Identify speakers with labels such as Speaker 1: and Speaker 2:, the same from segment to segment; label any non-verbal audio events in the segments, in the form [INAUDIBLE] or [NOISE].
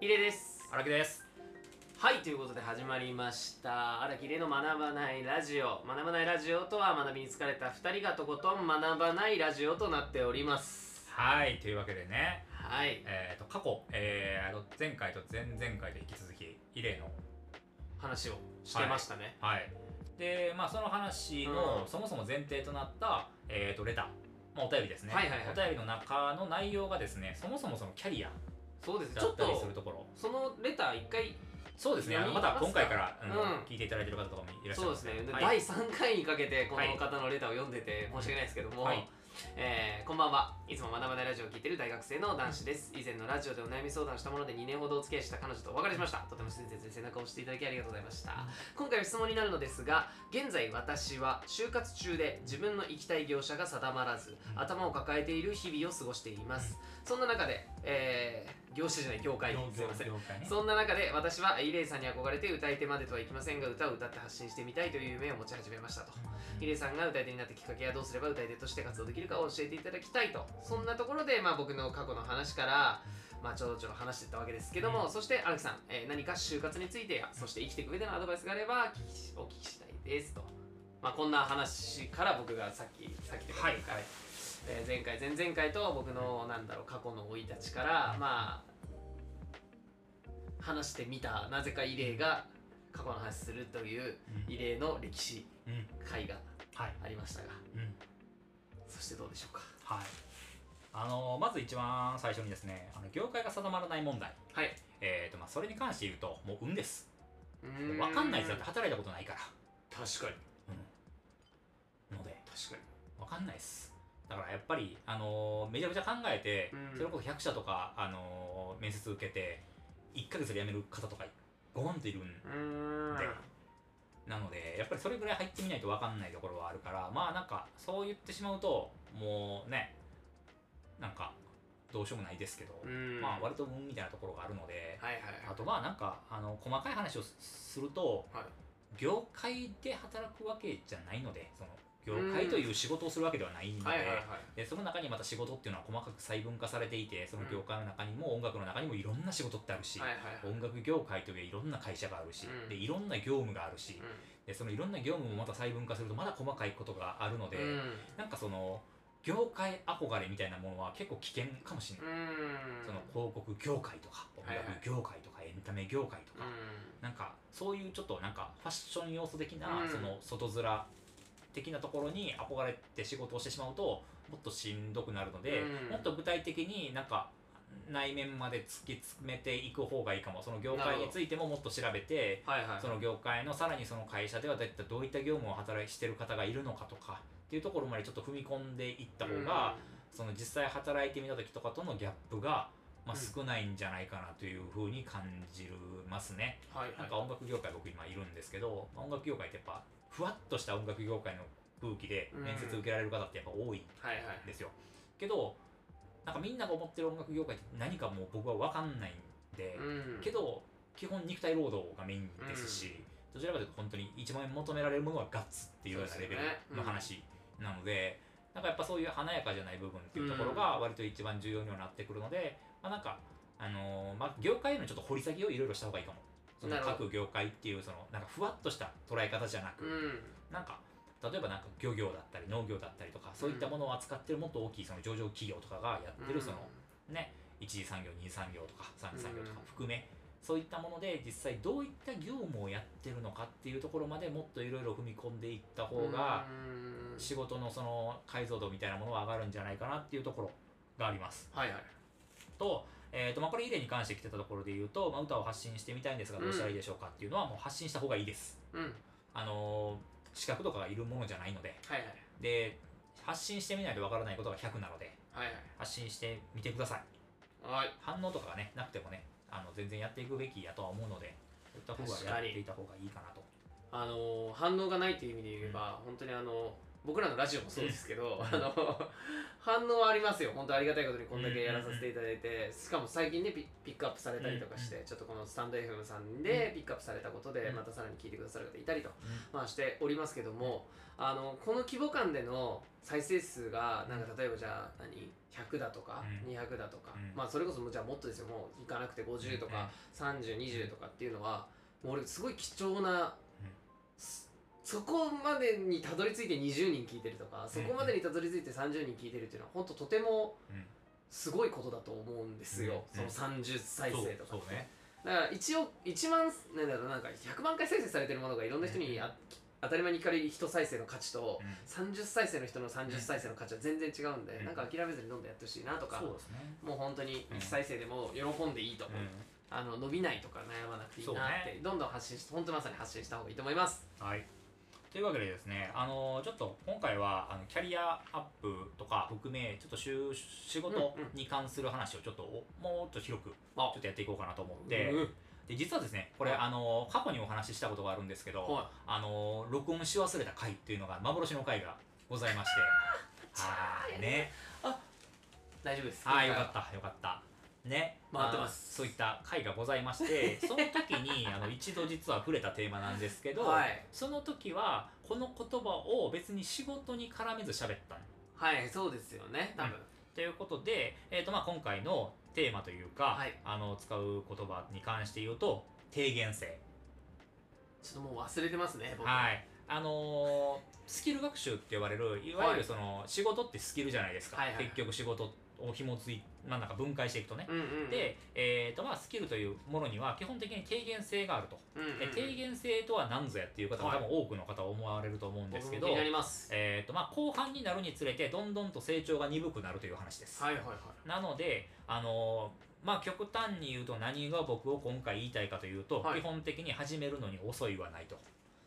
Speaker 1: ヒデです
Speaker 2: 荒木です
Speaker 1: はいということで始まりました荒木れの学ばないラジオ学ばないラジオとは学びに疲れた2人がとことん学ばないラジオとなっております
Speaker 2: はいというわけでね
Speaker 1: はい
Speaker 2: えっ、と過去、えー、あの前回と前々回で引き続き異例の
Speaker 1: 話をしてましたね、
Speaker 2: はいでまあその話の、
Speaker 1: うん
Speaker 2: そもそも前提となったえっ、とレターまあ、お便りですね、
Speaker 1: はいはいはい
Speaker 2: お便りの中の内容がですねそもそもそのキャリア
Speaker 1: そうですち
Speaker 2: だ
Speaker 1: ょ
Speaker 2: っ
Speaker 1: った
Speaker 2: りす
Speaker 1: と
Speaker 2: るところ
Speaker 1: そのレター1回
Speaker 2: そうですねあのま
Speaker 1: 読みま
Speaker 2: た
Speaker 1: す
Speaker 2: 今
Speaker 1: か
Speaker 2: 回から、う
Speaker 1: う
Speaker 2: ん
Speaker 1: ん
Speaker 2: 聞いていただいてる方とかもいらっし
Speaker 1: そ
Speaker 2: ゃいうま
Speaker 1: ですすね、で
Speaker 2: はい、
Speaker 1: 第3回にかけてこ
Speaker 2: はい
Speaker 1: の方のレターを読んでて申し訳ないですけども、
Speaker 2: はい
Speaker 1: えーこんばんはいつも学ばないラジオを聞いてる大学生の男子です以前のラジオでお悩み相談したもので2年ほどお付き合いした彼女とお別れしましたとても親切に背中を押していただきありがとうございました今回の質問になるのですが現在私は就活中で自分の行きたい業者が定まらず
Speaker 2: うん
Speaker 1: 頭を抱えている日々を過ごしていますそんな中で、えー業者じゃない業界
Speaker 2: 業
Speaker 1: すいません
Speaker 2: 業界ね
Speaker 1: そんな中で私はイレイさんに憧れて歌い手までとはいきませんが歌を歌って発信してみたいという夢を持ち始めましたと
Speaker 2: う
Speaker 1: イ
Speaker 2: ん
Speaker 1: レイさんが歌い手になったきっかけやどうすれば歌い手として活動できるかを教えていただきたいとそんなところで、まあ、僕の過去の話から、まあ、ちょろちょろ話していったわけですけども、
Speaker 2: うん
Speaker 1: そして荒木さん、えー何か就活についてやそして生きていく上でのアドバイスがあれば聞きしお聞きしたいですと。まあ、こんな話から僕がさっきさっきというか
Speaker 2: はい
Speaker 1: 前回えー前回前々回と僕のなんだろう過去の生い立ちからまあ話してみたなぜか異例が過去の話するという異例の歴史
Speaker 2: うんうん
Speaker 1: 回が
Speaker 2: はい、
Speaker 1: ありましたが
Speaker 2: うん
Speaker 1: そしてどうでしょうか
Speaker 2: はい、あのまず一番最初にですねあの業界が定まらない問題、
Speaker 1: はい
Speaker 2: えーとまあ、それに関して言うともう運です
Speaker 1: う
Speaker 2: 分
Speaker 1: ー
Speaker 2: かんないですだって働いたことないから、
Speaker 1: 確かに
Speaker 2: うん、ので
Speaker 1: 確かに
Speaker 2: 分かんないですだからやっぱり、あのめちゃくちゃ考えて、
Speaker 1: うん
Speaker 2: それこそ100社とか、あの面接受けて1ヶ月で辞める方とかゴーンといるん
Speaker 1: うーん
Speaker 2: でなのでやっぱりそれぐらい入ってみないと分かんないところはあるからまあなんかそう言ってしまうともうねなんかどうしようもないですけど、
Speaker 1: うん
Speaker 2: まあ割と運みたいなところがあるので、
Speaker 1: はいはい
Speaker 2: あとまあなんかあの細かい話をすすると、
Speaker 1: はい
Speaker 2: 業界で働くわけじゃないのでその業界という仕事をするわけではないので,、
Speaker 1: はいはいはい
Speaker 2: でその中にまた仕事っていうのは細かく細分化されていてその業界の中にも音楽の中にもいろんな仕事ってあるし、
Speaker 1: はいはいはい
Speaker 2: 音楽業界といういろんな会社があるし、
Speaker 1: うん
Speaker 2: でいろんな業務があるし、でそのいろんな業務もまた細分化するとまだ細かいことがあるので、
Speaker 1: うん
Speaker 2: なんかその業界憧れみたいなものは結構危険かもしれない。
Speaker 1: うんうん
Speaker 2: その広告業界とか音
Speaker 1: はいはい
Speaker 2: 楽業界とかエンタメ業界と
Speaker 1: う
Speaker 2: か、
Speaker 1: ん
Speaker 2: なんかそういうちょっとなんかファッション要素的な、
Speaker 1: うん
Speaker 2: その外面的なところに憧れて仕事をしてしまうともっとしんどくなるので、
Speaker 1: うん
Speaker 2: もっと具体的になんか内面まで突き詰めていく方がいいかもその業界についてももっと調べて
Speaker 1: はいはい
Speaker 2: その業界のさらにその会社ではだいたいどういった業務を働いしてる方がいるのかとかっていうところまでちょっと踏み込んでいった方が、その実際働いてみた時とかとのギャップが、まあ、
Speaker 1: うん
Speaker 2: 少ないんじゃないかなというふうに感じるますね。
Speaker 1: うんはいはい
Speaker 2: なんか音楽業界僕今いるんですけど、まあ音楽業界ってやっぱふわっとした音楽業界の空気で面接受けられる方ってやっぱ多いん
Speaker 1: はいはい
Speaker 2: ですよ。けどなんかみんなが思ってる音楽業界って何かもう僕は分かんないんで。
Speaker 1: うん
Speaker 2: けど基本肉体労働がメインですし、どちらかというと本当に一番求められるものはガッツっていうようなレベ
Speaker 1: そうですよねう
Speaker 2: ル
Speaker 1: ん
Speaker 2: の話なのでなんかやっぱそういう華やかじゃない部分っていうところが割と一番重要にはなってくるので、まあ、なんか、あのーまあ、業界へのちょっと掘り下げをいろいろした方がいいかも。その
Speaker 1: なるほど
Speaker 2: 各業界っていうそのなんかふわっとした捉え方じゃなく、
Speaker 1: うん
Speaker 2: なんか例えばなんか漁業だったり農業だったりとかそういったものを扱ってるもっと大きいその上場企業とかがやってるその一次産業二次産業とか三次産業とか
Speaker 1: うん
Speaker 2: 含め、そういったもので実際どういった業務をやってるのかっていうところまでもっといろいろ踏み込んでいった方が
Speaker 1: うん
Speaker 2: 仕事のその解像度みたいなものは上がるんじゃないかなっていうところがあります。
Speaker 1: はいはい
Speaker 2: と,、えーとまあ、これ以例に関して来てたところで言うと、まあ、歌を発信してみたいんですがどうしたらいいでしょうかっていうのはもう発信した方がいいです。
Speaker 1: うん
Speaker 2: あのー資格とかがいるものじゃないので
Speaker 1: はいはい
Speaker 2: で発信してみないとわからないことが100なので
Speaker 1: はい
Speaker 2: 発信してみてください。
Speaker 1: はいはい
Speaker 2: 反応とかがねなくてもねあの全然やっていくべきやとは思うのでそういった方
Speaker 1: 確か
Speaker 2: がや
Speaker 1: に
Speaker 2: っていた方がいいかなと
Speaker 1: あのー反応がないという意味で言えば、本当にあの僕らのラジオもそうですけど、
Speaker 2: ん
Speaker 1: あの反応はありますよ本当ありがたいことにこんだけやらさせていただいて、しかも最近ねピピックアップされたりとかして、ちょっとこのスタンド FM さんでピックアップされたことで、
Speaker 2: うん
Speaker 1: またさらに聞いてくださる方いたりと、
Speaker 2: うん
Speaker 1: まあ、しておりますけどもあのこの規模感での再生数がなんか例えばじゃあ何100だとか
Speaker 2: うん
Speaker 1: 200だとか、
Speaker 2: うん
Speaker 1: まあそれこそもうじゃあもっとですよもういかなくて50とか3020とかっていうのはもう俺すごい貴重な、
Speaker 2: うん
Speaker 1: すそこまでにたどり着いて20人聞いてるとかそこまでにたどり着いて30人聞いてるっていうのは本当とても
Speaker 2: うん
Speaker 1: すごいことだと思うんですよ、
Speaker 2: うん
Speaker 1: その30再
Speaker 2: そう
Speaker 1: 生とか
Speaker 2: そうね
Speaker 1: だから一応1万なんだろうなんか100万回再生されてるものがいろんな人にあ、当たり前に聞かれる人再生の価値と
Speaker 2: うん
Speaker 1: 30再生の人の30再生の価値は全然違うんで、
Speaker 2: うん
Speaker 1: なんか諦めずにどんどんやってほしいなとか
Speaker 2: そうですね
Speaker 1: もう本当に1再生でも喜んでいいと思う、あの伸びないとか悩まなくていいなって、
Speaker 2: そう
Speaker 1: どんどん発信し本当まさに発信した方がいいと思います
Speaker 2: はい。というわけでですね、あのちょっと今回はあのキャリアアップとか含め、ちょっとしゅ仕事
Speaker 1: うんうん
Speaker 2: に関する話をちょっとおもっと広くち
Speaker 1: あ
Speaker 2: ょっとやっていこうかなと思って、
Speaker 1: うん
Speaker 2: で実はですね、これ、
Speaker 1: はい
Speaker 2: あの過去にお話ししたことがあるんですけど、
Speaker 1: は
Speaker 2: あの録音し忘れた回っていうのが幻の回がござい
Speaker 1: [LAUGHS]
Speaker 2: まして、はいね、
Speaker 1: い大丈夫です
Speaker 2: はいよ
Speaker 1: 今回
Speaker 2: か
Speaker 1: は
Speaker 2: ったよかった。ね、
Speaker 1: 回ってます
Speaker 2: あのそういった回がござい
Speaker 1: [LAUGHS]
Speaker 2: まして、その時にあの一度実は触れたテーマなんですけど、
Speaker 1: はい
Speaker 2: その時はこの言葉を別に仕事に絡めず喋った
Speaker 1: はいそうですよね多分、
Speaker 2: ということで、えーとまあ、今回のテーマというか、
Speaker 1: はい
Speaker 2: あの使う言葉に関して言うと低減性、
Speaker 1: ちょっともう忘れてますね僕
Speaker 2: はいあのースキル学習って呼ばれるいわゆ
Speaker 1: はい
Speaker 2: るその仕事ってスキルじゃないですか、
Speaker 1: はいはいはい
Speaker 2: 結局仕事を紐付い、まあ、なんか分解していくとね、
Speaker 1: うんうんうん、
Speaker 2: で、えーとまあ、スキルというものには基本的に軽減性があると、
Speaker 1: うんうんうん、
Speaker 2: え低減性とは何ぞやっていう方も
Speaker 1: はい
Speaker 2: 多分多くの方は思われると思うんですけ
Speaker 1: 僕
Speaker 2: ど、
Speaker 1: も気になります
Speaker 2: えーとまあ、後半になるにつれてどんどんと成長が鈍くなるという話です、
Speaker 1: はいはいはい
Speaker 2: なので、あのーまあ、極端に言うと何が僕を今回言いたいかというと、
Speaker 1: はい
Speaker 2: 基本的に始めるのに遅いはないと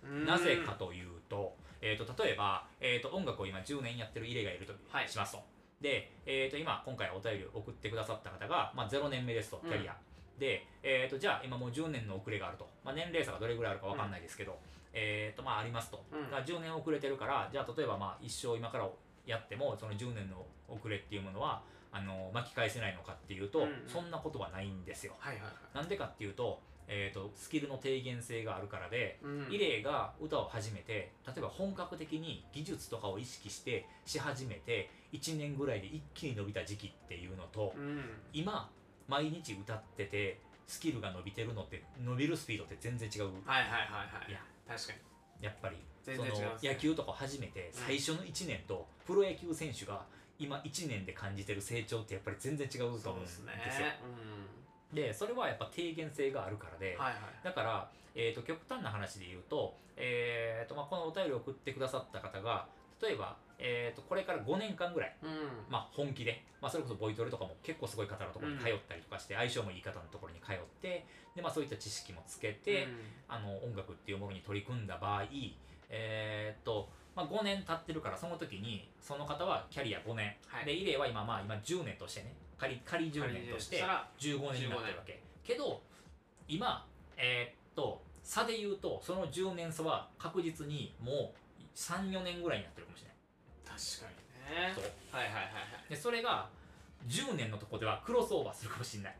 Speaker 1: うーん
Speaker 2: なぜかというと,、えー、と例えば、えー、と音楽を今10年やってるイレがいると
Speaker 1: はい
Speaker 2: しますと、で、えー、と今今回お便りを送ってくださった方が、まあ、0年目ですと
Speaker 1: うん
Speaker 2: キャリア、で、えー、とじゃあ今もう10年の遅れがあると、まあ、年齢差がどれぐらいあるかわかんないですけど、えー、とまあありますと、
Speaker 1: うん
Speaker 2: だから10年遅れてるからじゃあ例えばまあ一生今からやってもその10年の遅れっていうものはあの巻き返せないのかっていうと、
Speaker 1: うんうん
Speaker 2: そんなことはないんですよ
Speaker 1: はいはいはい
Speaker 2: なんでかっていうと,、えー、とスキルの低減性があるからで、
Speaker 1: うん
Speaker 2: イレイが歌を始めて例えば本格的に技術とかを意識してし始めて1年ぐらいで一気に伸びた時期っていうのと、
Speaker 1: うん
Speaker 2: 今毎日歌っててスキルが伸びてるのって伸びるスピードって全然違う
Speaker 1: はいはいはいはい
Speaker 2: いや
Speaker 1: 確かに
Speaker 2: やっぱり
Speaker 1: 全然違います
Speaker 2: そ
Speaker 1: ね
Speaker 2: の野球とかを始めて最初の1年とプロ野球選手が今1年で感じてる成長ってやっぱり全然違うと思うんです
Speaker 1: そ
Speaker 2: よ
Speaker 1: うですね
Speaker 2: でそれはやっぱ低減性があるからで、
Speaker 1: うんはいはい
Speaker 2: だから、えー、と極端な話で言うと,、えーとまあ、このお便りを送ってくださった方が例えば、えー、とこれから5年間ぐらい、
Speaker 1: うん
Speaker 2: まあ、本気で、まあ、それこそボイトレとかも結構すごい方のところに通ったりとかして、相性もいい方のところに通ってで、まあ、そういった知識もつけて、あの音楽っていうものに取り組んだ場合、えーとまあ、5年経ってるからその時にその方はキャリア5年、
Speaker 1: はい
Speaker 2: でイレイは今,、まあ、今10年としてね仮仮
Speaker 1: うん
Speaker 2: 10年として
Speaker 1: したら
Speaker 2: 15年になってるわけけど今えーっと差で言うとその10年差は確実にもう34年ぐらいになってるかもしれない
Speaker 1: 確かにね
Speaker 2: そう
Speaker 1: はいはいはい
Speaker 2: でそれが10年のとこではクロスオーバーするかもしれない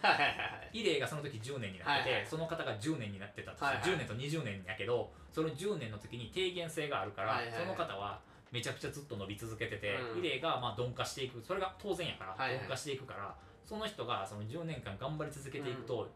Speaker 1: はいはいはいはい
Speaker 2: イレイがその時10年になって
Speaker 1: は
Speaker 2: て、
Speaker 1: いはい
Speaker 2: その方が10年になってたとして、
Speaker 1: はいはい
Speaker 2: 10年と20年やけどその10年の時に低減性があるから、
Speaker 1: はいはいはい
Speaker 2: その方はめちゃくちゃずっと伸び続けてて、
Speaker 1: うん
Speaker 2: イレイがまあ鈍化していくそれが当然やから、
Speaker 1: はいはい
Speaker 2: 鈍化していくからその人がその10年間頑張り続けていくと、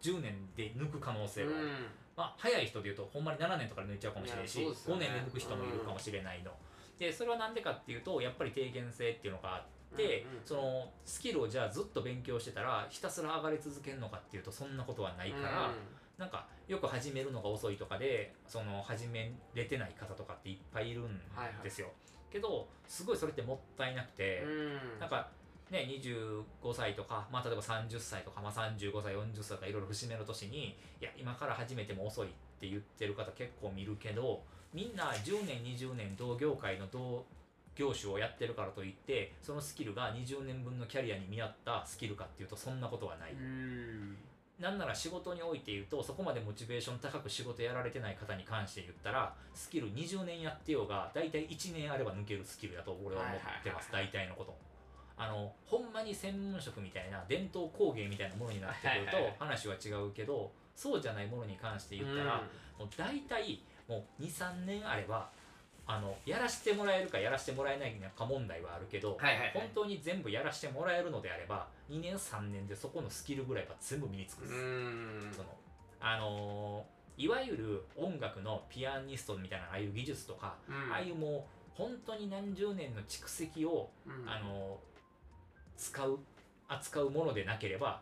Speaker 2: 10年で抜く可能性はある、
Speaker 1: うん
Speaker 2: まあ、早い人でいうとほんまに7年とかで抜いちゃうかもしれないし
Speaker 1: いやそうですよ
Speaker 2: 5
Speaker 1: ね
Speaker 2: 年で抜く人もいるかもしれないの、でそれはなんでかっていうとやっぱり低減性っていうのがあって、
Speaker 1: うんうん
Speaker 2: そのスキルをじゃあずっと勉強してたらひたすら上がり続けるのかっていうとそんなことはないから、なんかよく始めるのが遅いとかでその始めれてない方とかっていっぱいいるんですよ、けどすごいそれってもったいなくて、
Speaker 1: うんうん
Speaker 2: なんかね、25歳とか、まあ、例えば30歳とか、まあ、35歳40歳とかいろいろ節目の年にいや今から始めても遅いって言ってる方結構見るけどみんな10年20年同業界の同業種をやってるからといってそのスキルが20年分のキャリアに見合ったスキルかっていうとそんなことはない、
Speaker 1: うん
Speaker 2: なんなら仕事において言うとそこまでモチベーション高く仕事やられてない方に関して言ったらスキル20年やってようが大体1年あれば抜けるスキルだと俺は思ってます、
Speaker 1: はいはいはいはい
Speaker 2: 大体のことあのほんまに専門職みたいな伝統工芸みたいなものになってくる
Speaker 1: はいはいはい
Speaker 2: と話は違うけどそうじゃないものに関して言ったら、もう大体もう23年あればあのやらしてもらえるかやらしてもらえないか問題はあるけど、
Speaker 1: はいはいはい
Speaker 2: 本当に全部やらしてもらえるのであれば2年3年でそこのスキルぐらいは全部身につくん
Speaker 1: う
Speaker 2: です、
Speaker 1: ん
Speaker 2: そのあのーいわゆる音楽のピアニストみたいなああいう技術とか、
Speaker 1: うん
Speaker 2: ああいうもう本当に何十年の蓄積を、
Speaker 1: うん
Speaker 2: あのー使う扱うものでなければ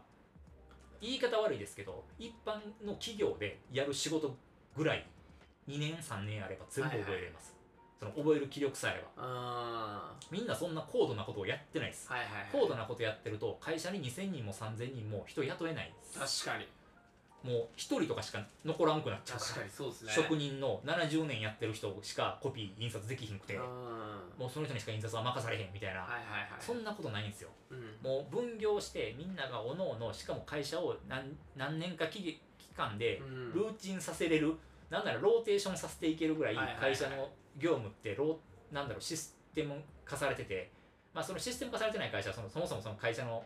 Speaker 2: 言い方悪いですけど一般の企業でやる仕事ぐらい2年3年あれば全部覚えられます、その覚える気力さえあれば
Speaker 1: あ
Speaker 2: みんなそんな高度なことをやってないです
Speaker 1: ーはいはいはい
Speaker 2: 高度なことやってると会社に2000人も3000人も人雇えない
Speaker 1: 確かに
Speaker 2: もう1人とかしか残らんくなっちゃう
Speaker 1: 確
Speaker 2: か
Speaker 1: からにそうですね
Speaker 2: 職人の70年やってる人しかコピー印刷できひんくて
Speaker 1: うん
Speaker 2: もうその人にしか印刷は任されへんみたいな、
Speaker 1: はいはいはい
Speaker 2: そんなことないんですよ
Speaker 1: うん
Speaker 2: もう分業してみんながおのおのしかも会社を何何年か期限期間で
Speaker 1: うん
Speaker 2: ルーチンさせれる、なんならローテーションさせていけるぐらい
Speaker 1: はいはいはい
Speaker 2: 会社の業務ってローなんだろうシステム化されてて、まあ、そのシステム化されてない会社はそのそもそもその会社の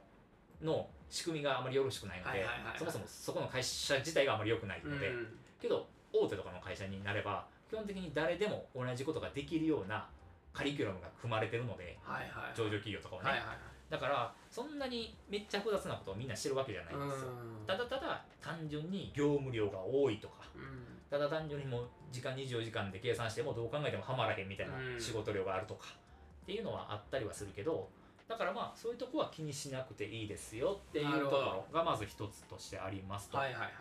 Speaker 2: の仕組みがあまりよろしくないので、
Speaker 1: はいはいはいはい
Speaker 2: そもそもそこの会社自体があまり良くないので、
Speaker 1: うん
Speaker 2: けど大手とかの会社になれば基本的に誰でも同じことができるようなカリキュラムが組まれてるので
Speaker 1: はいはい
Speaker 2: 上場企業とかはね、
Speaker 1: はいはいはい
Speaker 2: だからそんなにめっちゃ複雑なことをみんなしてるわけじゃないんですよ、
Speaker 1: うん
Speaker 2: ただただ単純に業務量が多いとか
Speaker 1: うん
Speaker 2: ただ単純にもう時間24時間で計算してもどう考えてもはまらへんみたいな
Speaker 1: うん
Speaker 2: 仕事量があるとかっていうのはあったりはするけどだからまあそういうとこは気にしなくていいですよっていう
Speaker 1: なる
Speaker 2: と
Speaker 1: ほ
Speaker 2: こ
Speaker 1: ど
Speaker 2: ろがまず一つとしてありますと、
Speaker 1: はいはいはい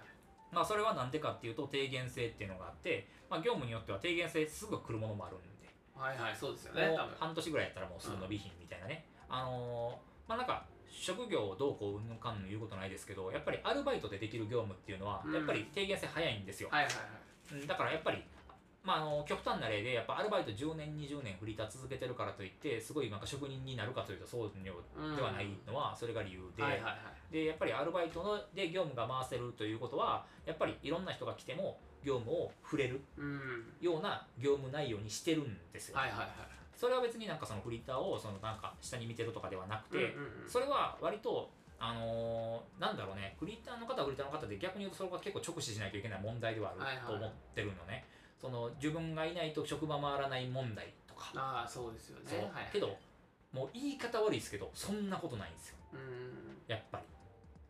Speaker 2: まあそれは何でかっていうと低減性っていうのがあって、まあ、業務によっては低減性すぐ来るものもあるんで
Speaker 1: はいはいそうですよね
Speaker 2: もう
Speaker 1: 多分
Speaker 2: 半年ぐらいやったらもうすぐ伸びひんみたいなね、あのーまあなんか職業をどうこううんぬんかんぬん言うことないですけどやっぱりアルバイトでできる業務っていうのは
Speaker 1: うん
Speaker 2: やっぱり低減性早いんですよ、
Speaker 1: はいはいはい
Speaker 2: うんだからやっぱりまあ、あの極端な例でやっぱアルバイト10年20年フリーター続けてるからといってすごいなんか職人になるかというとそう
Speaker 1: うん
Speaker 2: ではないのはそれが理由で、
Speaker 1: はいはいはい
Speaker 2: でやっぱりアルバイトので業務が回せるということはやっぱりいろんな人が来ても業務を触れる
Speaker 1: うん
Speaker 2: ような業務内容にしてるんですよ、
Speaker 1: はいはいはい
Speaker 2: それは別になんかそのフリーターをそのなんか下に見てるとかではなくて、
Speaker 1: うんうんうん
Speaker 2: それは割とあのーなんだろうねフリーターの方はフリーターの方で逆に言うとそれが結構直視しないといけない問題ではあ
Speaker 1: はい
Speaker 2: る
Speaker 1: はい
Speaker 2: と思ってるのね、その自分がいないと職場回らない問題とか、
Speaker 1: ああそうですよ
Speaker 2: そう
Speaker 1: ねはい
Speaker 2: けどもう言い方悪いですけどそんなことないんですよ
Speaker 1: うん
Speaker 2: やっぱり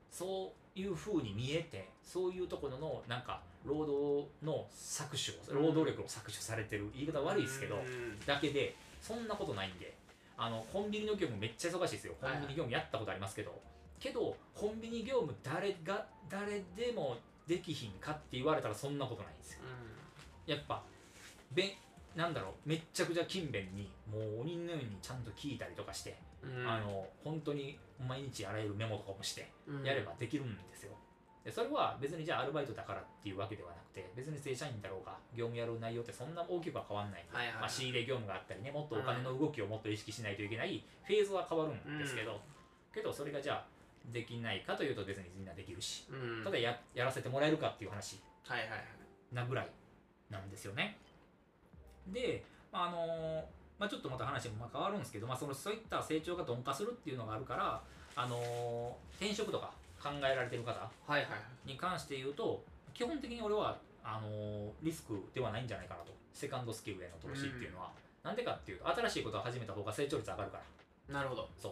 Speaker 2: そういう風に見えてそういうところのなんか労働の搾取を労働力を搾取されてる言い方悪いですけど、
Speaker 1: うん
Speaker 2: だけでそんなことないんであのコンビニの業務めっちゃ忙しいですよコンビニ業務やったことありますけど、けどコンビニ業務誰が誰でもできひんかって言われたらそんなことないんですよやっぱべなんだろうめっちゃくちゃ勤勉にもう鬼のようにちゃんと聞いたりとかして、
Speaker 1: うんうん
Speaker 2: あの本当に毎日あらゆるメモとかもして
Speaker 1: うん
Speaker 2: やればできるんですよ。でそれは別にじゃあアルバイトだからっていうわけではなくて別に正社員だろうが業務やる内容ってそんな大きくは変わんないんで、
Speaker 1: はいはいはい
Speaker 2: まあ、仕入れ業務があったりねもっとお金の動きをもっと意識しないといけないフェーズは変わるんですけど、けどそれがじゃあできないかというと別にみんなできるし
Speaker 1: うん
Speaker 2: ただややらせてもらえるかっていう話
Speaker 1: はいはいはい
Speaker 2: なぐらいなんですよね。で、まああのまあ、ちょっとまた話もまあ変わるんですけど、まあ、そのそういった成長が鈍化するっていうのがあるから、あの転職とか考えられてる方
Speaker 1: はいはいはい
Speaker 2: に関して言うと基本的に俺はあのリスクではないんじゃないかなとセカンドスキルへの投資っていうのは、なんでかっていうと新しいことを始めた方が成長率上がるから
Speaker 1: なるほど
Speaker 2: そう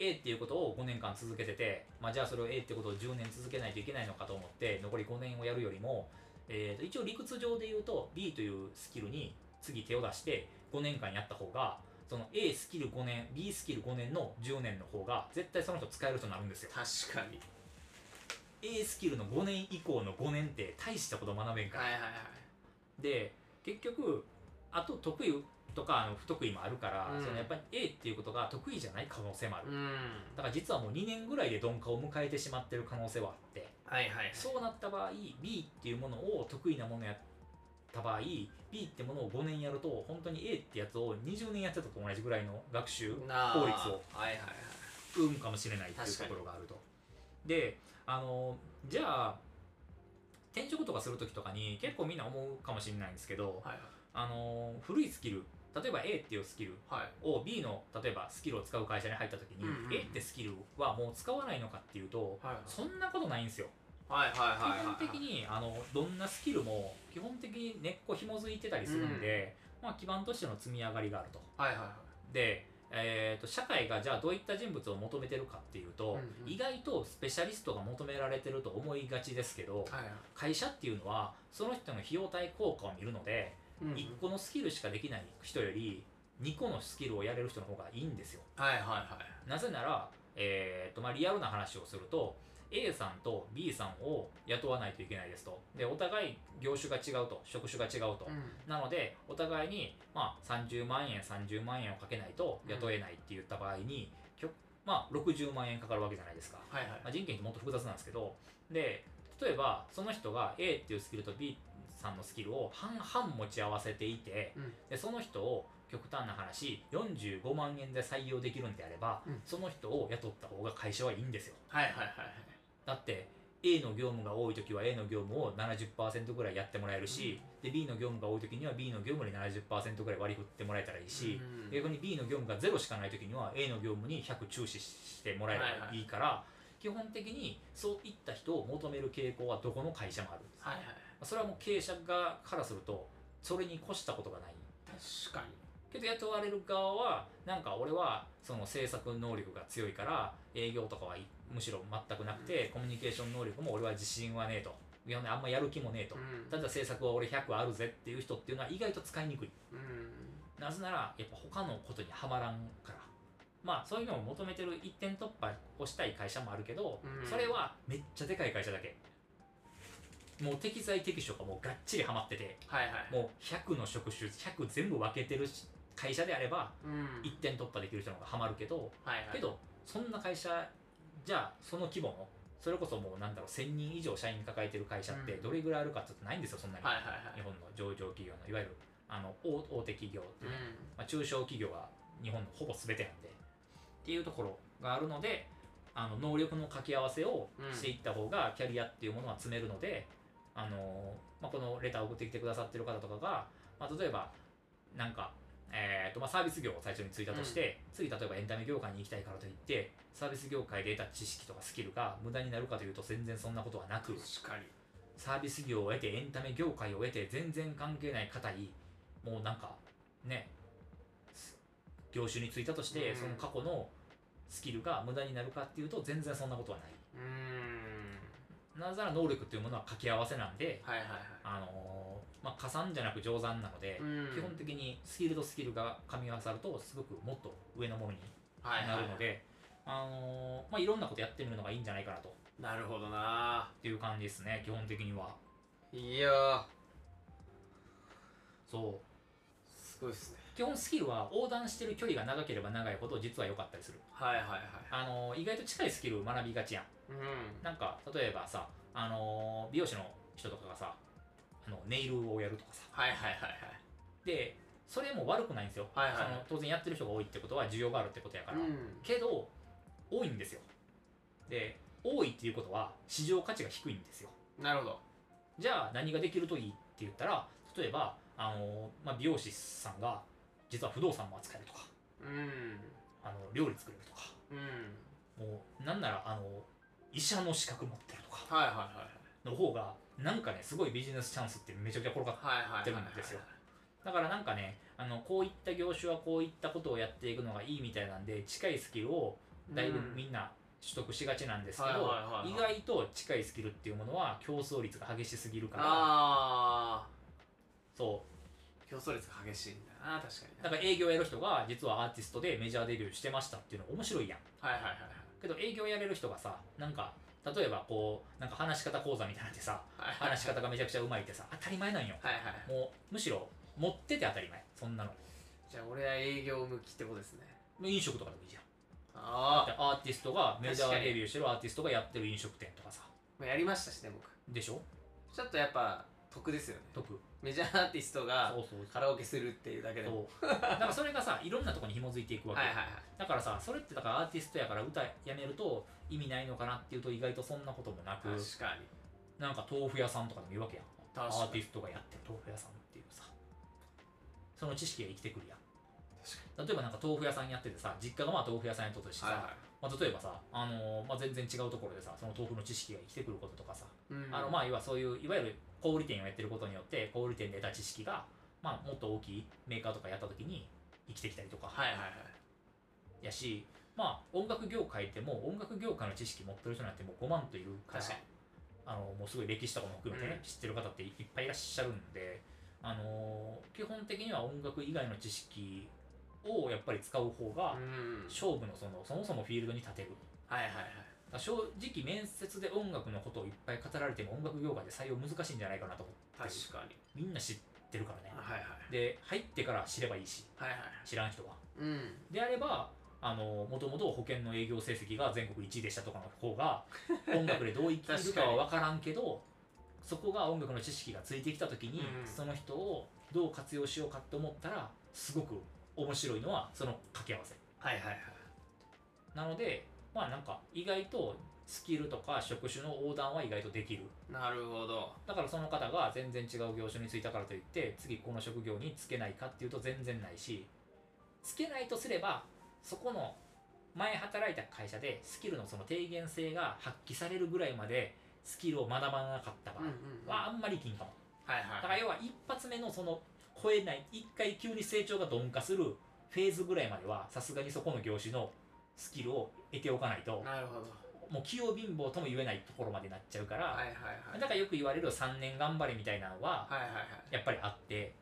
Speaker 2: A っていうことを5年間続けてて、まあ、じゃあそれを A ってことを10年続けないといけないのかと思って残り5年をやるよりも、えーと一応理屈上で言うと B というスキルに次手を出して5年間やった方がその A スキル5年 B スキル5年の10年の方が絶対その人使える人になるんですよ
Speaker 1: 確かに
Speaker 2: A スキルの5年以降の5年って大したこと学べんから、
Speaker 1: はいはいはい
Speaker 2: で結局あと得意とかあの不得意もあるから、
Speaker 1: うん
Speaker 2: そのやっぱり A っていうことが得意じゃない可能性もある、
Speaker 1: うん
Speaker 2: だから実はもう2年ぐらいで鈍化を迎えてしまってる可能性はあって
Speaker 1: はいはいはい
Speaker 2: そうなった場合 B っていうものを得意なものやった場合 B ってものを5年やると本当に A ってやつを20年やってたと同じぐらいの学習
Speaker 1: なあ
Speaker 2: 効率を
Speaker 1: はいはいはい
Speaker 2: 生むかもしれないっていう
Speaker 1: 確
Speaker 2: と
Speaker 1: かに
Speaker 2: ころがあるとであのじゃあ転職とかする時とかに結構みんな思うかもしれないんですけど
Speaker 1: はい
Speaker 2: あの古いスキル例えば A っていうスキル
Speaker 1: はい
Speaker 2: を B の例えばスキルを使う会社に入った時に、
Speaker 1: うんうん
Speaker 2: A ってスキルはもう使わないのかっていうと
Speaker 1: はい
Speaker 2: そんなことないんですよ
Speaker 1: はいはい
Speaker 2: 基
Speaker 1: はい
Speaker 2: 本的にあのどんなスキルも基本的に根っこ紐づいてたりするんで、まあ、基盤としての積み上がりがあると
Speaker 1: はいはいはい
Speaker 2: で、えー、と社会がじゃあどういった人物を求めてるかっていうと、
Speaker 1: うんうん
Speaker 2: 意外とスペシャリストが求められてると思いがちですけど
Speaker 1: はいはい
Speaker 2: 会社っていうのはその人の費用対効果を見るので、
Speaker 1: うんうん
Speaker 2: 1個のスキルしかできない人より2個のスキルをやれる人の方がいいんですよ
Speaker 1: はいはいはい
Speaker 2: なぜなら、えーとまあ、リアルな話をすると A さんと B さんを雇わないといけないですとでお互い業種が違うと職種が違うと、
Speaker 1: うん
Speaker 2: なのでお互いに、まあ、30万円30万円をかけないと雇えないって言った場合に、きょまあ、60万円かかるわけじゃないですか、
Speaker 1: はいはい
Speaker 2: まあ、人件費もっと複雑なんですけどで例えばその人が A っていうスキルと B さんのスキルを半々持ち合わせていて、
Speaker 1: うん
Speaker 2: でその人を極端な話45万円で採用できるんであれば、
Speaker 1: うん
Speaker 2: その人を雇った方が会社はいいんですよ
Speaker 1: はいはいはいはい
Speaker 2: だって A の業務が多い時は A の業務を70%ぐらいやってもらえるし、で B の業務が多い時には B の業務に70%ぐらい割り振ってもらえたらいいし、
Speaker 1: うん
Speaker 2: 逆に B の業務が0しかない時には A の業務に100注視してもらえればいいから、基本的にそういった人を求める傾向はどこの会社もあるんです
Speaker 1: はいはい
Speaker 2: それはもう経営者側からするとそれに越したことがない
Speaker 1: 確かに
Speaker 2: けど雇われる側はなんか俺はその制作能力が強いから営業とかはいむしろ全くなくてコミュニケーション能力も俺は自信はねえといやあんまやる気もねえと
Speaker 1: うん
Speaker 2: ただ制作は俺100あるぜっていう人っていうのは意外と使いにくい
Speaker 1: うん
Speaker 2: なぜならやっぱ他のことにはまらんからまあそういうのを求めてる一点突破をしたい会社もあるけど、
Speaker 1: うん
Speaker 2: それはめっちゃでかい会社だけもう適材適所がもうがっちりはまってて
Speaker 1: はいはい
Speaker 2: もう100の職種100全部分けてるし会社であれば
Speaker 1: うん
Speaker 2: 一点突破できる人の方がハマるけど
Speaker 1: はいはい
Speaker 2: けどそんな会社じゃあその規模のそれこそもうなんだろう1000人以上社員抱えてる会社って
Speaker 1: うん
Speaker 2: どれぐらいあるかって言うとないんですよそんなに、
Speaker 1: はいはいはい
Speaker 2: 日本の上場企業のいわゆるあの大大手企業って
Speaker 1: うん
Speaker 2: いうのはまあ、中小企業が日本のほぼ全てなんでっていうところがあるのであの能力の掛け合わせをしていった方がキャリアっていうものは積めるので、あのまあ、このレターを送ってきてくださってる方とかが、まあ、例えばなんか、えーとまあ、サービス業を最初に就いたとして、次例えばエンタメ業界に行きたいからといってサービス業界で得た知識とかスキルが無駄になるかというと全然そんなことはなく。
Speaker 1: 確かに
Speaker 2: サービス業を得てエンタメ業界を得て全然関係ない方にもうなんかねす業種に就いたとして、
Speaker 1: うん
Speaker 2: その過去のスキルが無駄になるかっていうと全然そんなことはない
Speaker 1: うん
Speaker 2: なぜなら能力というものは掛け合わせなんで、
Speaker 1: はいはいはい
Speaker 2: あのーまあ、加算じゃなく乗算なので、
Speaker 1: うん
Speaker 2: 基本的にスキルとスキルが噛み合わさるとすごくもっと上のものに
Speaker 1: はいは
Speaker 2: ないるので、あのーまあ、いろんなことやってみるのがいいんじゃないかなと
Speaker 1: なるほどな
Speaker 2: っていう感じですね基本的にはい
Speaker 1: やー
Speaker 2: そう
Speaker 1: すごいっすね
Speaker 2: 基本スキルは横断してる距離が長ければ長いほど実は良かったりする
Speaker 1: はいはいはい
Speaker 2: あのー意外と近いスキルを学びがちやん
Speaker 1: うん
Speaker 2: なんか例えばさあのー美容師の人とかがさあのネイルをやるとかさ
Speaker 1: はいはいはいはい
Speaker 2: でそれも悪くないんですよ、
Speaker 1: はいはい
Speaker 2: その当然やってる人が多いってことは需要があるってことやから、
Speaker 1: うん
Speaker 2: けど多いんですよで多いっていうことは市場価値が低いんですよ
Speaker 1: なるほど
Speaker 2: じゃあ何ができるといいって言ったら例えば、あのーまあ、美容師さんが実は不動産も扱えるとか
Speaker 1: うん
Speaker 2: あの料理作れるとか
Speaker 1: うん
Speaker 2: もうなんならあの医者の資格持ってるとか
Speaker 1: はいはいはい
Speaker 2: の方がなんかねすごいビジネスチャンスってめちゃくちゃ転がっ
Speaker 1: はいはいはい
Speaker 2: てるんですよただからなんかねあのこういった業種はこういったことをやっていくのがいいみたいなんで近いスキルをだいぶみんな取得しがちなんですけ
Speaker 1: はい
Speaker 2: ど
Speaker 1: はいはいはい
Speaker 2: 意外と近いスキルっていうものは競争率が激しすぎるから
Speaker 1: あ
Speaker 2: そ
Speaker 1: ー競争率が激しいんだな確か
Speaker 2: う
Speaker 1: に
Speaker 2: だから営業やる人が実はアーティストでメジャーデビューしてましたっていうの面白いやん
Speaker 1: はいはいはい
Speaker 2: けど営業やれる人がさなんか例えばこうなんか話し方講座みたいなんでさ [LAUGHS]
Speaker 1: はいはい
Speaker 2: 話し方がめちゃくちゃうまいってさ当たり前なんよ
Speaker 1: はいはい
Speaker 2: もうむしろ持ってて当たり前そんなの
Speaker 1: じゃあ俺は営業向きってことですね
Speaker 2: 飲食とかでもいいじゃん
Speaker 1: あ
Speaker 2: でアーティストがメジャ
Speaker 1: 確
Speaker 2: ー
Speaker 1: かに
Speaker 2: デビューしてるアーティストがやってる飲食店とかさ
Speaker 1: あやりましたしね僕
Speaker 2: でしょ
Speaker 1: ちょっとやっぱ得ですよね
Speaker 2: 得
Speaker 1: メジャーアーティストが
Speaker 2: そうそう
Speaker 1: カラオケするっていうだけでも
Speaker 2: そうだ [LAUGHS] からそれがさいろんなとこに紐づいていくわけ、
Speaker 1: はいはいはい
Speaker 2: だからさそれってだからアーティストやから歌やめると意味ないのかなっていうと意外とそんなこともなく
Speaker 1: 確かに
Speaker 2: なんか豆腐屋さんとかでもいるわけやんア
Speaker 1: 確
Speaker 2: ー
Speaker 1: か
Speaker 2: テ
Speaker 1: に
Speaker 2: ィストがやってる豆腐屋さんっていうさその知識が生きてくるやん
Speaker 1: 確
Speaker 2: 例えばなんか豆腐屋さんやっててさ実家がまあ豆腐屋さんやったとしてさ、
Speaker 1: はいはい
Speaker 2: まあ、例えばさ、あのーまあ、全然違うところでさその豆腐の知識が生きてくることとかさ、
Speaker 1: うん
Speaker 2: あのまあ要はそういういわゆる小売店をやってることによって小売店で得た知識が、まあ、もっと大きいメーカーとかやった時に生きてきたりとか
Speaker 1: はいはいはい
Speaker 2: やし、まあ、音楽業界ってもう音楽業界の知識持ってる人なんてもう5万といるから
Speaker 1: 確かに
Speaker 2: あのもうすごい歴史とかも含めてね、
Speaker 1: うん
Speaker 2: 知ってる方っていっぱいいらっしゃるんで、あのー基本的には音楽以外の知識をやっぱり使う方が
Speaker 1: うん
Speaker 2: 勝負のそのそもそもフィールドに立てる
Speaker 1: はいはいはい
Speaker 2: だから正直面接で音楽のことをいっぱい語られても音楽業界で採用難しいんじゃないかなと思ってる
Speaker 1: 確かに
Speaker 2: みんな知ってるからね
Speaker 1: はいはい
Speaker 2: で入ってから知ればいいし
Speaker 1: はいはい
Speaker 2: 知らん人は
Speaker 1: うん
Speaker 2: であればあのもともと保険の営業成績が全国1位でしたとかの
Speaker 1: [LAUGHS]
Speaker 2: 方が音楽でどう生きるかは分からんけどそこが音楽の知識がついてきた時に、
Speaker 1: うん
Speaker 2: その人をどう活用しようかって思ったらすごく面白いのはその掛け合わせ
Speaker 1: はいはいはい
Speaker 2: なのでまあなんか意外とスキルとか職種の横断は意外とできる
Speaker 1: なるほど
Speaker 2: だからその方が全然違う業種に就いたからといって次この職業に就けないかっていうと全然ないしつけないとすればそこの前働いた会社でスキルのその低減性が発揮されるぐらいまでスキルを学ばなかった場
Speaker 1: うんうんうん
Speaker 2: 合はあんまり金かも
Speaker 1: はい
Speaker 2: だから
Speaker 1: はい
Speaker 2: 要は一発目のその超えない一回急に成長が鈍化するフェーズぐらいまではさすがにそこの業種のスキルを得ておかないと
Speaker 1: なるほど
Speaker 2: もう器用貧乏とも言えないところまでなっちゃうから、
Speaker 1: はいはいはい
Speaker 2: だからよく言われる3年頑張れみたいなのは
Speaker 1: はいはいはい
Speaker 2: やっぱりあって、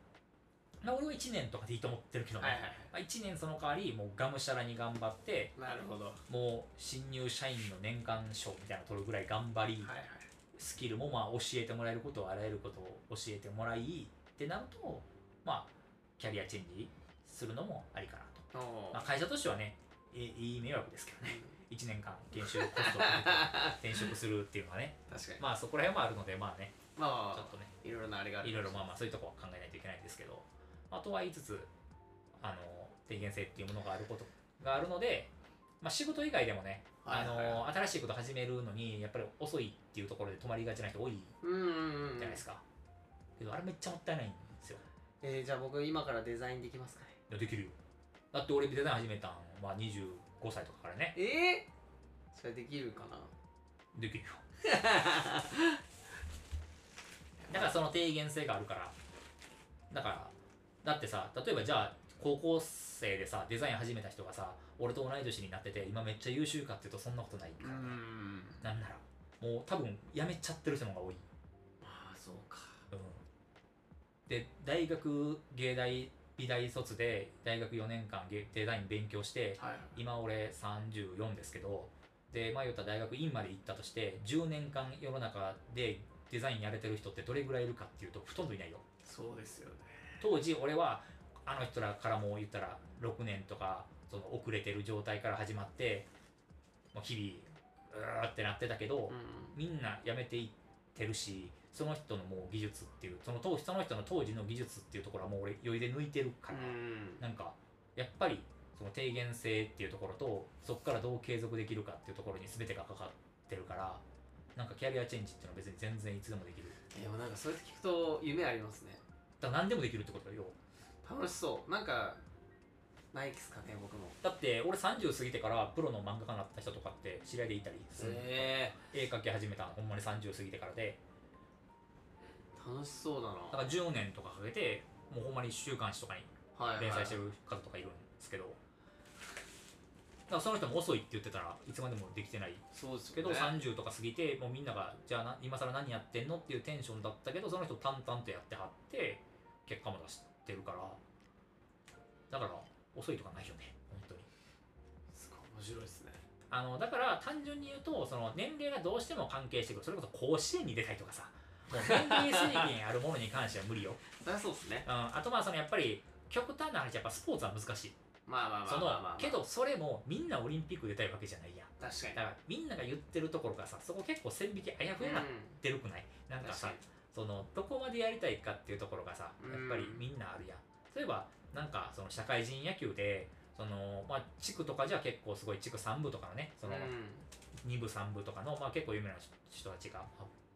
Speaker 2: まあ、俺は1年とかでいいと思ってるけどね、
Speaker 1: はいはいはい
Speaker 2: まあ、1年その代わりもうがむしゃらに頑張って
Speaker 1: なるほどはい
Speaker 2: もう新入社員の年間賞みたいなの取るぐらい頑張り、
Speaker 1: はい
Speaker 2: スキルもまあ教えてもらえることあらゆることを教えてもらいってなるとまあキャリアチェンジするのもありかなと、
Speaker 1: おお
Speaker 2: まあ、会社としてはねいいい迷惑ですけ
Speaker 1: [LAUGHS]
Speaker 2: どね1年間研修コストをかけて
Speaker 1: 確
Speaker 2: 転職するっていうのはね
Speaker 1: かに
Speaker 2: まあそこら辺もあるのでまあねちょ
Speaker 1: ま
Speaker 2: っ
Speaker 1: あ
Speaker 2: とね
Speaker 1: いろいろなあれがある
Speaker 2: いろいろまあまあそういうとこは考えないといけないんですけど、まあ、とは言いつつあの低減性っていうものがあることがあるので、まあ、仕事以外でもね、
Speaker 1: はいはいはい
Speaker 2: あの新しいこと始めるのにやっぱり遅いっていうところで止まりがちな人多いじ
Speaker 1: うんうんうん
Speaker 2: ゃないですか、けどあれめっちゃもったいないんですよ
Speaker 1: えーじゃあ僕今からデザインできますかね
Speaker 2: いやできるよだって俺デザイン始めたんは25歳とかからね
Speaker 1: えー、それできるかな
Speaker 2: できるよ [LAUGHS] だからその低減性があるからだからだってさ例えばじゃあ高校生でさデザイン始めた人がさ俺と同い年になってて今めっちゃ優秀かっていうとそんなことないか
Speaker 1: う
Speaker 2: ら、
Speaker 1: ん
Speaker 2: なんならもう多分辞めちゃってる人の方が多い、
Speaker 1: まあそうか
Speaker 2: うん、で大学芸大美大卒で大学4年間ゲデザイン勉強して
Speaker 1: はい
Speaker 2: 今俺34ですけどで迷ったら大学院まで行ったとして10年間世の中でデザインやれてる人ってどれぐらいいるかっていうとほとんどいないよ
Speaker 1: そうですよね
Speaker 2: 当時俺はあの人らからもう言ったら6年とかその遅れてる状態から始まってもう日々うーってなってたけど、
Speaker 1: うん
Speaker 2: みんな辞めていってるしその人のもう技術っていうその当その人の当時の技術っていうところはもう俺余裕で抜いてるから、
Speaker 1: うん
Speaker 2: なんかやっぱりその低減性っていうところとそこからどう継続できるかっていうところに全てがかかってるからなんかキャリアチェンジっていうのは別に全然いつでもできる
Speaker 1: でもなんかそうやって聞くと夢ありますね
Speaker 2: だから何でもできるってことよ
Speaker 1: 楽しそうなんかないですかね僕も
Speaker 2: だって俺30過ぎてからプロの漫画家になった人とかって知り合いでいたりする
Speaker 1: へえ
Speaker 2: 絵描き始めたのほんまに30過ぎてからで
Speaker 1: 楽しそうだな
Speaker 2: だから10年とかかけてもうほんまに週刊誌とかに
Speaker 1: はいはい
Speaker 2: 連載してる方とかいるんですけど、だからその人も遅いって言ってたらいつまでもできてない
Speaker 1: そうです
Speaker 2: け
Speaker 1: け
Speaker 2: ど、
Speaker 1: どね
Speaker 2: 30とか過ぎてもうみんながじゃあな今更何やってんのっていうテンションだったけどその人淡々とやってはって結果も出してるからだから遅いとかないよね本当に
Speaker 1: すごい面白いですね
Speaker 2: あのだから単純に言うとその年齢がどうしても関係してくるそれこそ甲子園に出たいとかさもう年齢制限あるものに関しては無理よ、 [LAUGHS]
Speaker 1: そりゃそうですね
Speaker 2: うん、あとまあそのやっぱり極端な話やっぱスポーツは難しい
Speaker 1: まあまあまあ
Speaker 2: そ
Speaker 1: ま
Speaker 2: の
Speaker 1: あまあ、まあ、
Speaker 2: けどそれもみんなオリンピック出たいわけじゃないやん
Speaker 1: 確かに
Speaker 2: だからみんなが言ってるところがさそこ結構線引きあやふやなってるくない、なんかさ
Speaker 1: 確かに
Speaker 2: そのどこまでやりたいかっていうところがさ
Speaker 1: うん
Speaker 2: やっぱりみんなあるやん例えばなんかその社会人野球でそのまあ、地区とかじゃ結構すごい地区3部とかのねその2部3部とかの、まあ、結構有名な人たちが、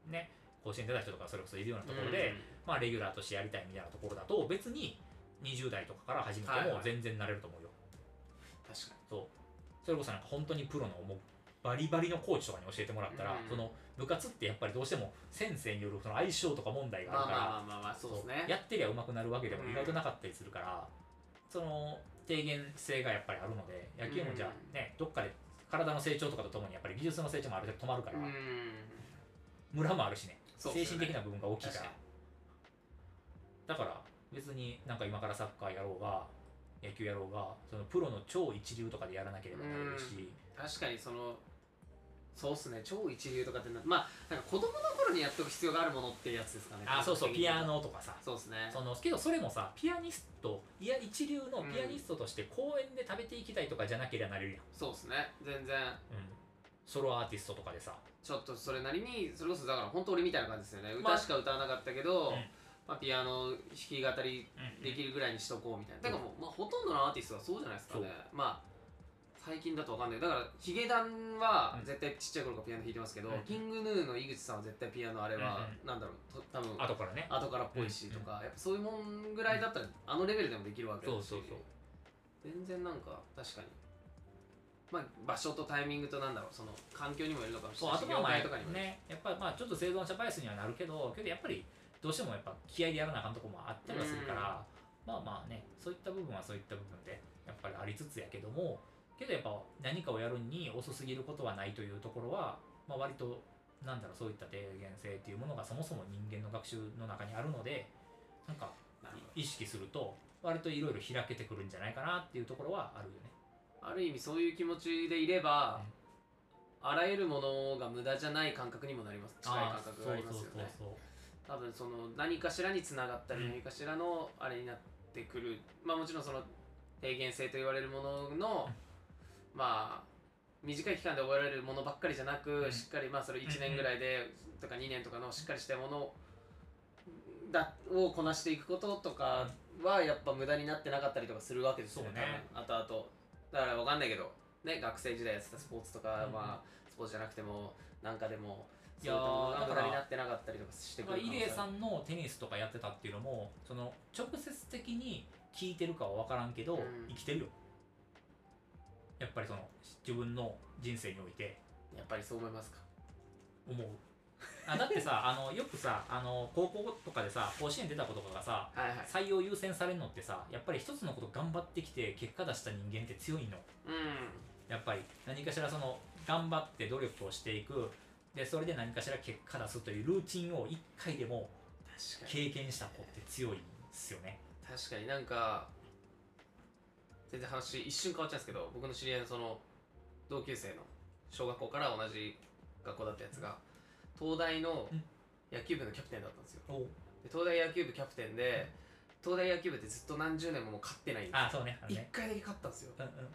Speaker 2: ね、甲子園出た人とかそれこそいるようなところで、、まあ、レギュラーとしてやりたいみたいなところだと別に20代とかから始めて
Speaker 1: はいは
Speaker 2: も
Speaker 1: い
Speaker 2: 全然なれると思うよ、
Speaker 1: 確か
Speaker 2: そうそれこそなんか本当にプロのもうバリバリのコーチとかに教えてもらったら、
Speaker 1: うん
Speaker 2: その部活ってやっぱりどうしても先生によるその相性とか問題
Speaker 1: に
Speaker 2: があ
Speaker 1: まあ
Speaker 2: るから、
Speaker 1: まあまあまあまあそうですね
Speaker 2: やってりゃ上手くなるわけでも意外となかったりするから、その低減性がやっぱりあるので野球もじゃあね、どっかで体の成長とかとともにやっぱり技術の成長もある程度止まるから、
Speaker 1: うん
Speaker 2: ムラもあるしね
Speaker 1: そうっす
Speaker 2: 精
Speaker 1: ね
Speaker 2: 神的な部分が大きいから
Speaker 1: 確か
Speaker 2: だから別になんか今からサッカーやろうが野球やろうがそのプロの超一流とかでやらなければなれるし、
Speaker 1: 確かにそのそうっすね超一流とかってなまあなんか子供の頃にやっとく必要があるものってやつですかね
Speaker 2: あそうそうピア
Speaker 1: ノ
Speaker 2: ノとかさ
Speaker 1: そうですね
Speaker 2: そのけどそれもさピアニストいや一流のピアニストとして公園で食べていきたいとかじゃなければなれるやん
Speaker 1: そうですね全然
Speaker 2: うん、ソロアーティストとかでさ、
Speaker 1: ちょっとそれなりにそれこそだから本当俺みたいな感じですよね
Speaker 2: まあ
Speaker 1: 歌しか歌わなかったけど、
Speaker 2: うん
Speaker 1: まあ、ピアノ弾き語りできるぐらいにしとこうみたいなだからもう、まあ、ほとんどのアーティストはそうじゃないですかねまあ最近だとわかんないだからヒゲダンは
Speaker 2: うん
Speaker 1: 絶対ちっちゃい頃からピアノ弾いてますけど、
Speaker 2: うん
Speaker 1: キングヌーの井口さんは絶対ピアノあれは、
Speaker 2: うん
Speaker 1: なんだろうと多分
Speaker 2: 後からね
Speaker 1: 後からっぽいしとか、やっぱそういうもんぐらいだったら、あのレベルでもできるわけだし
Speaker 2: そうそうそう
Speaker 1: 全然なんか確かにまあ場所とタイミングとなんだろうその環境にもよるのかもし
Speaker 2: そ
Speaker 1: れ
Speaker 2: う
Speaker 1: な
Speaker 2: あ
Speaker 1: いし業界と
Speaker 2: とまあ
Speaker 1: かにもよるし
Speaker 2: ねやっぱりまあちょっと生存者バイアスにはなるけどけどやっぱりどうしてもやっぱ気合でやらなあかんとこもあったりはするから、まあまあねそういった部分はそういった部分でやっぱりありつつやけどもけどやっぱ何かをやるに遅すぎることはないというところは、まあ、割となんだろうそういった低減性っていうものがそもそも人間の学習の中にあるのでなんか
Speaker 1: なるほど
Speaker 2: 意識すると割といろいろ開けてくるんじゃないかなっていうところはあるよね。
Speaker 1: ある意味そういう気持ちでいれば、あらゆるものが無駄じゃない感覚にもなります近い感覚がありますよね
Speaker 2: そうそうそうそう
Speaker 1: 多分その何かしらにつながったり、
Speaker 2: うん
Speaker 1: 何かしらのあれになってくるまあもちろんその低減性と言われるものの、まあ短い期間で覚えられるものばっかりじゃなく、
Speaker 2: うん
Speaker 1: しっかりまあそれ1年ぐらいで、とか2年とかのしっかりしたものだをこなしていくこととかはやっぱ無駄になってなかったりとかするわけですよね
Speaker 2: そうね
Speaker 1: 多分後々だからわかんないけど、ね、学生時代やってたスポーツとか、
Speaker 2: うん
Speaker 1: まあスポーツじゃなくてもなんかでも
Speaker 2: いやー
Speaker 1: そうったものが無駄
Speaker 2: だから
Speaker 1: になってなかったりとかして
Speaker 2: だ
Speaker 1: く
Speaker 2: か
Speaker 1: る
Speaker 2: ら
Speaker 1: 可能
Speaker 2: 入
Speaker 1: 性
Speaker 2: 江さんのテニスとかやってたっていうのもその直接的に聞いてるかは分からんけど、
Speaker 1: うん
Speaker 2: 生きてるよやっぱりその自分の人生において
Speaker 1: やっぱりそう思いますか
Speaker 2: 思うあだっ
Speaker 1: [LAUGHS]
Speaker 2: てさあのよくさあの高校とかでさ甲子園出た子とかがさ
Speaker 1: はいはい
Speaker 2: 採用優先されるのってさやっぱり一つのこと頑張ってきて結果出した人間って強いの
Speaker 1: う
Speaker 2: やっぱり何かしらその頑張って努力をしていくでそれで何かしら結果出すというルーチンを1回でも
Speaker 1: ん確かに
Speaker 2: 経験した子って強いんですよね
Speaker 1: 確かになんか全然話一瞬変わっちゃうんですけど僕の知り合いのその同級生の小学校から同じ学校だったやつが東大の
Speaker 2: うん
Speaker 1: 野球部のキャプテンだったんですよ
Speaker 2: お
Speaker 1: で東大野球部キャプテンで東大野球部ってずっと何十年ももう勝ってないんで
Speaker 2: あそうねあの
Speaker 1: すよ
Speaker 2: ね
Speaker 1: 一回だけ勝ったんですよ
Speaker 2: うんうん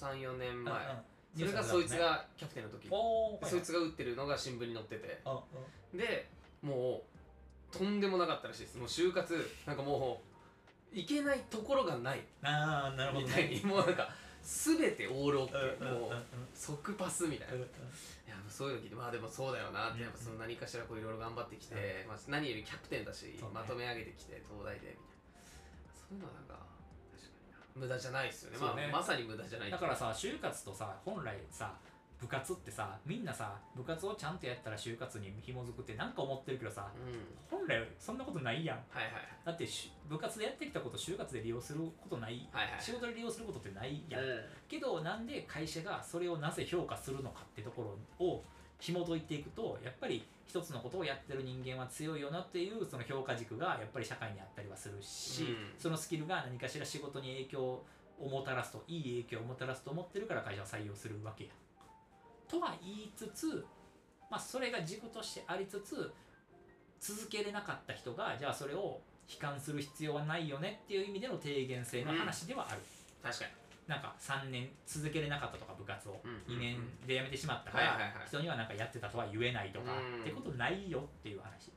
Speaker 1: 34年前
Speaker 2: うん
Speaker 1: そ
Speaker 2: う
Speaker 1: れ
Speaker 2: ん
Speaker 1: がそいつがキャプテンの時で
Speaker 2: おー
Speaker 1: そいつが打ってるのが新聞に載ってて
Speaker 2: はいはい
Speaker 1: でもうとんでもなかったらしいですもう就活なんかもういけないところがない
Speaker 2: うんあーなるほ
Speaker 1: み
Speaker 2: どね
Speaker 1: たいにもうなんか全てオールオッケ
Speaker 2: うんう
Speaker 1: ー
Speaker 2: んうん
Speaker 1: も
Speaker 2: うん
Speaker 1: う即パスみたいな、
Speaker 2: うん
Speaker 1: いやもうそういうの聞いてまあでもそうだよなって
Speaker 2: うん
Speaker 1: やっぱその何かしらこういろいろ頑張ってきて、まあ、何よりキャプテンだし、
Speaker 2: そうね
Speaker 1: まとめ上げてきて東大でみたいなそういうのはなんか確かにな無駄じゃないですよね
Speaker 2: そうね
Speaker 1: まあ、まさに無駄じゃな
Speaker 2: う
Speaker 1: い
Speaker 2: んだからさ就活とさ本来さ部活ってさみんなさ部活をちゃんとやったら就活に紐づくってなんか思ってるけどさ
Speaker 1: うん
Speaker 2: 本来そんなことないやん
Speaker 1: はいはい
Speaker 2: だってし部活でやってきたこと就活で利用することない
Speaker 1: はいはい
Speaker 2: 仕事で利用することってないやん
Speaker 1: うん
Speaker 2: けどなんで会社がそれをなぜ評価するのかってところを紐解いていくとやっぱり一つのことをやってる人間は強いよなっていうその評価軸がやっぱり社会にあったりはするし、
Speaker 1: うん
Speaker 2: そのスキルが何かしら仕事に影響をもたらすといい影響をもたらすと思ってるから会社は採用するわけや。とは言いつつ、まあ、それが軸としてありつつ続けれなかった人がじゃあそれを悲観する必要はないよねっていう意味での低減性の話ではある。
Speaker 1: 確かに
Speaker 2: なんか3年続けれなかったとか部活を
Speaker 1: うん
Speaker 2: 2年で辞めてしまったか
Speaker 1: はいはい
Speaker 2: ら
Speaker 1: はい
Speaker 2: 人にはなんかやってたとは言えないとか
Speaker 1: うん
Speaker 2: ってことないよっていう話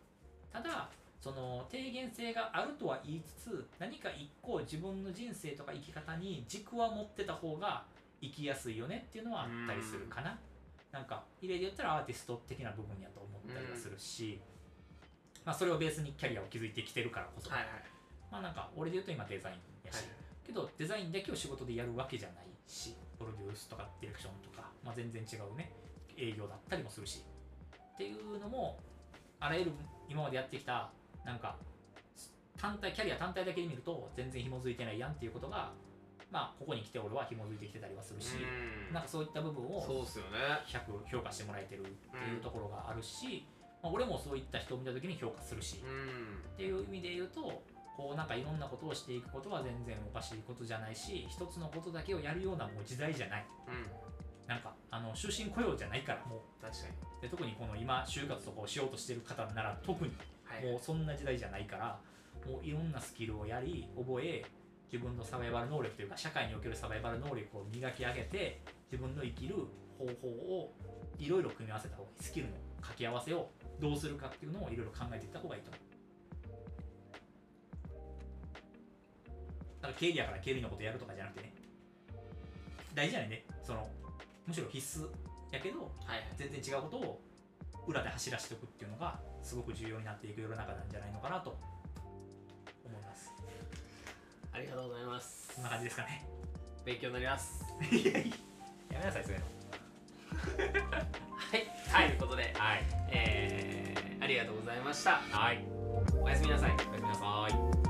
Speaker 2: ただその低減性があるとは言いつつ何か一個自分の人生とか生き方に軸は持ってた方が生きやすいよねっていうのはあったりするかな、なんか異例で言ったらアーティスト的な部分やと思ったりはするし、まあ、それをベースにキャリアを築いてきてるからこそ、
Speaker 1: はいはい
Speaker 2: まあなんか俺で言うと今デザインやし、けどデザインだけを仕事でやるわけじゃないしプロデュースとかディレクションとか、まあ、全然違うね営業だったりもするしっていうのもあらゆる今までやってきたなんか単体キャリア単体だけで見ると全然紐づいてないやんっていうことがまあここに来て俺は紐づいてきてたりはするし、
Speaker 1: うん
Speaker 2: なんかそういった部分を
Speaker 1: そうっすよね
Speaker 2: 100評価してもらえてるっていうところがあるし、まあ、俺もそういった人を見た時に評価するし、
Speaker 1: うん
Speaker 2: っていう意味で言うとこうなんかいろんなことをしていくことは全然おかしいことじゃないし一つのことだけをやるようなもう時代じゃない
Speaker 1: うん
Speaker 2: なんかあの終身雇用じゃないからも
Speaker 1: 確か
Speaker 2: うで特にこの今就活とかをしようとしてる方なら特に
Speaker 1: にはい
Speaker 2: もうそんな時代じゃないからもういろんなスキルをやり覚え自分のサバイバル能力というか社会におけるサバイバル能力を磨き上げて自分の生きる方法をいろいろ組み合わせた方がいいスキルの掛け合わせをどうするかっていうのをいろいろ考えていった方がいいと思う。だから経理やから経理のことやるとかじゃなくてね大事じゃないねそのむしろ必須やけど
Speaker 1: はいはい
Speaker 2: 全然違うことを裏で走らせておくっていうのがすごく重要になっていく世の中なんじゃないのかなと思います
Speaker 1: ありがとうございます
Speaker 2: そんな感じですかね
Speaker 1: 勉強になります
Speaker 2: いやいややめなさいそういうの
Speaker 1: はいはいということで
Speaker 2: はい
Speaker 1: えー、ありがとうございました
Speaker 2: はい
Speaker 1: おやすみなさい
Speaker 2: おやすみなさい